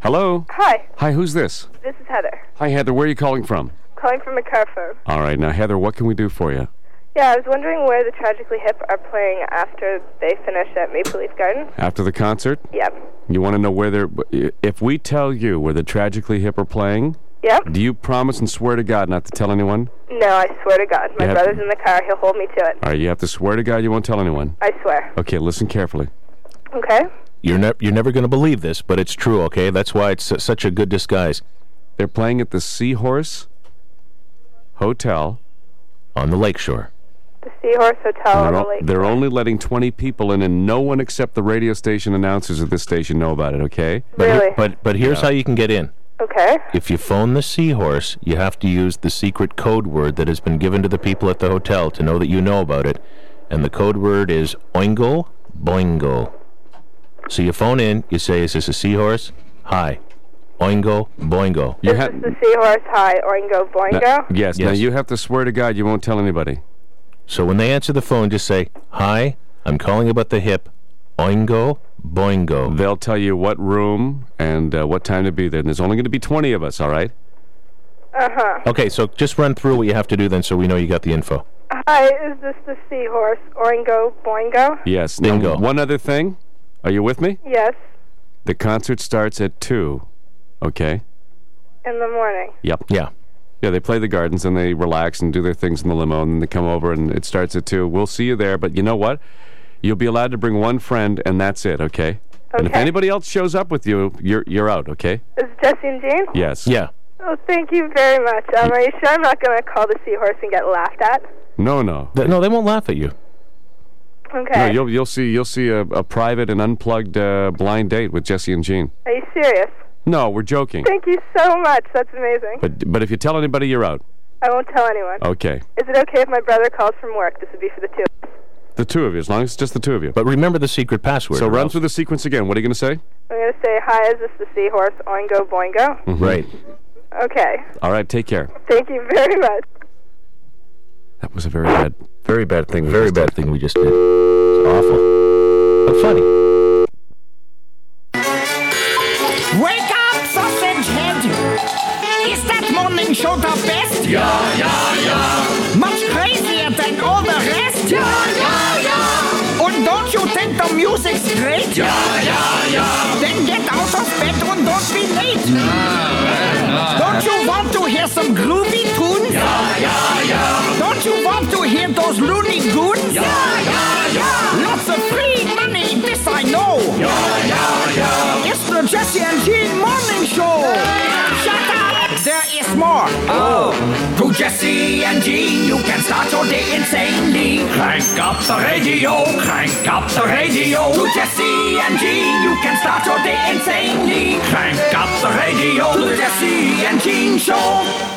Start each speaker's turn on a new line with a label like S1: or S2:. S1: Hello?
S2: Hi,
S1: Hi, who's this?
S2: this is Heather,
S1: Hi, Heather. Where are you calling from?
S2: calling from the car firm.
S1: All right, now, Heather, what can we do for you?
S2: Yeah, I was wondering where the Tragically Hip are playing after they finish at Maple Leaf Gardens.
S1: After the concert,
S2: Yep.
S1: you want to know where they're. If we tell you where the Tragically Hip are playing,
S2: Yep.
S1: do you promise and swear to God not to tell anyone?
S2: No, I swear to God, my
S1: Yep.
S2: brother's in the car. He'll hold me to it.
S1: All right, you have to swear to God you won't tell anyone.
S2: I swear.
S1: Okay, listen carefully.
S2: Okay.
S3: You're, ne- you're never going to believe this, but it's true, okay? That's why it's su- such a good disguise.
S1: They're playing at the Seahorse Hotel.
S3: On the lakeshore.
S2: The Seahorse Hotel on
S1: They're,
S2: the
S1: o-
S2: lake.
S1: they're only letting 20 people in, and no one except the radio station announcers at this station know about it, okay?
S3: But, he-
S2: Really?
S3: but, but here's how you can get in.
S2: Okay.
S3: If you phone the seahorse, you have to use the secret code word that has been given to the people at the hotel to know that you know about it. And the code word is oingo boingo. So you phone in, you say, Is this a seahorse? Hi. Oingo boingo.
S1: You
S2: Is
S1: ha-
S2: this the Seahorse High Oingo
S1: Now-
S2: Boingo?
S1: yes, now
S3: Yes.
S1: you have to swear to God you won't tell anybody.
S3: So when they answer the phone, just say, Hi, I'm calling about the hip. Oingo boingo.
S1: They'll tell you what room and uh, what time to be there. And there's only going to be 20 of us, all right?
S3: Okay, so just run through what you have to do then so we know you got the info.
S2: Hi, is this the Seahorse Oingo Boingo?
S1: Yes. Now,
S3: Bingo.
S1: one other thing. Are you with me?
S2: Yes,
S1: The concert starts at 2. Okay?
S2: in the morning.
S1: Yep.
S3: Yeah.
S1: Yeah, they play the gardens and they relax and do their things in the limo and they come over and it starts at 2. We'll see you there, but you know what? You'll be allowed to bring one friend and that's it, okay? And if
S2: Okay.
S1: anybody else shows up with you, you're you're out, okay?
S2: Is Jesse and Jean?
S1: Yes.
S3: Yeah.
S2: Oh, thank you very much. Um, are you sure I'm not going to call the Seahorse and get laughed at?
S1: No, no.
S3: Th- no, they won't laugh at you.
S1: No,
S2: Okay.
S1: you'll you'll see you'll see a, a private and unplugged uh, blind date with Jesse and Jean.
S2: are you serious?
S1: No, we're joking.
S2: Thank you so much. That's amazing.
S1: But but if you tell anybody, you're out.
S2: I won't tell anyone.
S1: Okay.
S2: Is it okay if my brother calls from work? This would be for the two.
S1: The two of you, as long as it's just the two of you.
S3: But remember the secret password.
S1: so
S3: or
S1: run
S3: else-
S1: through the sequence again. What are you going to say?
S2: I'm going to say, hi, is this the Seahorse Oingo Boingo?
S3: Right. Mm-hmm.
S2: Okay.
S1: All right, take care.
S2: Thank you very much.
S1: That was a very bad.
S3: Very bad thing. Very bad thing we just did. It's awful. But funny.
S4: Wake up, sausage head! Is that morning show the best? Yeah, yeah, yeah. Much crazier than all the rest? Yeah, yeah, yeah. Or don't you think the music's great? Yeah, yeah, yeah. Then get out of bed and don't be late. Don't you want to hear some groovy tunes? Yeah, yeah, yeah. Don't you want to hear those loony goons? Yeah, yeah, yeah. Lots of free money, this I know. It's the Jesse and Gene Morning Show. Shut up. There is more. Oh. To Jesse and Gene, you can start your day insanely. Crank up the radio. Crank up the radio. To Jesse and Gene, you can start your day insanely. Crank up the radio. To the Jesse and Gene Show.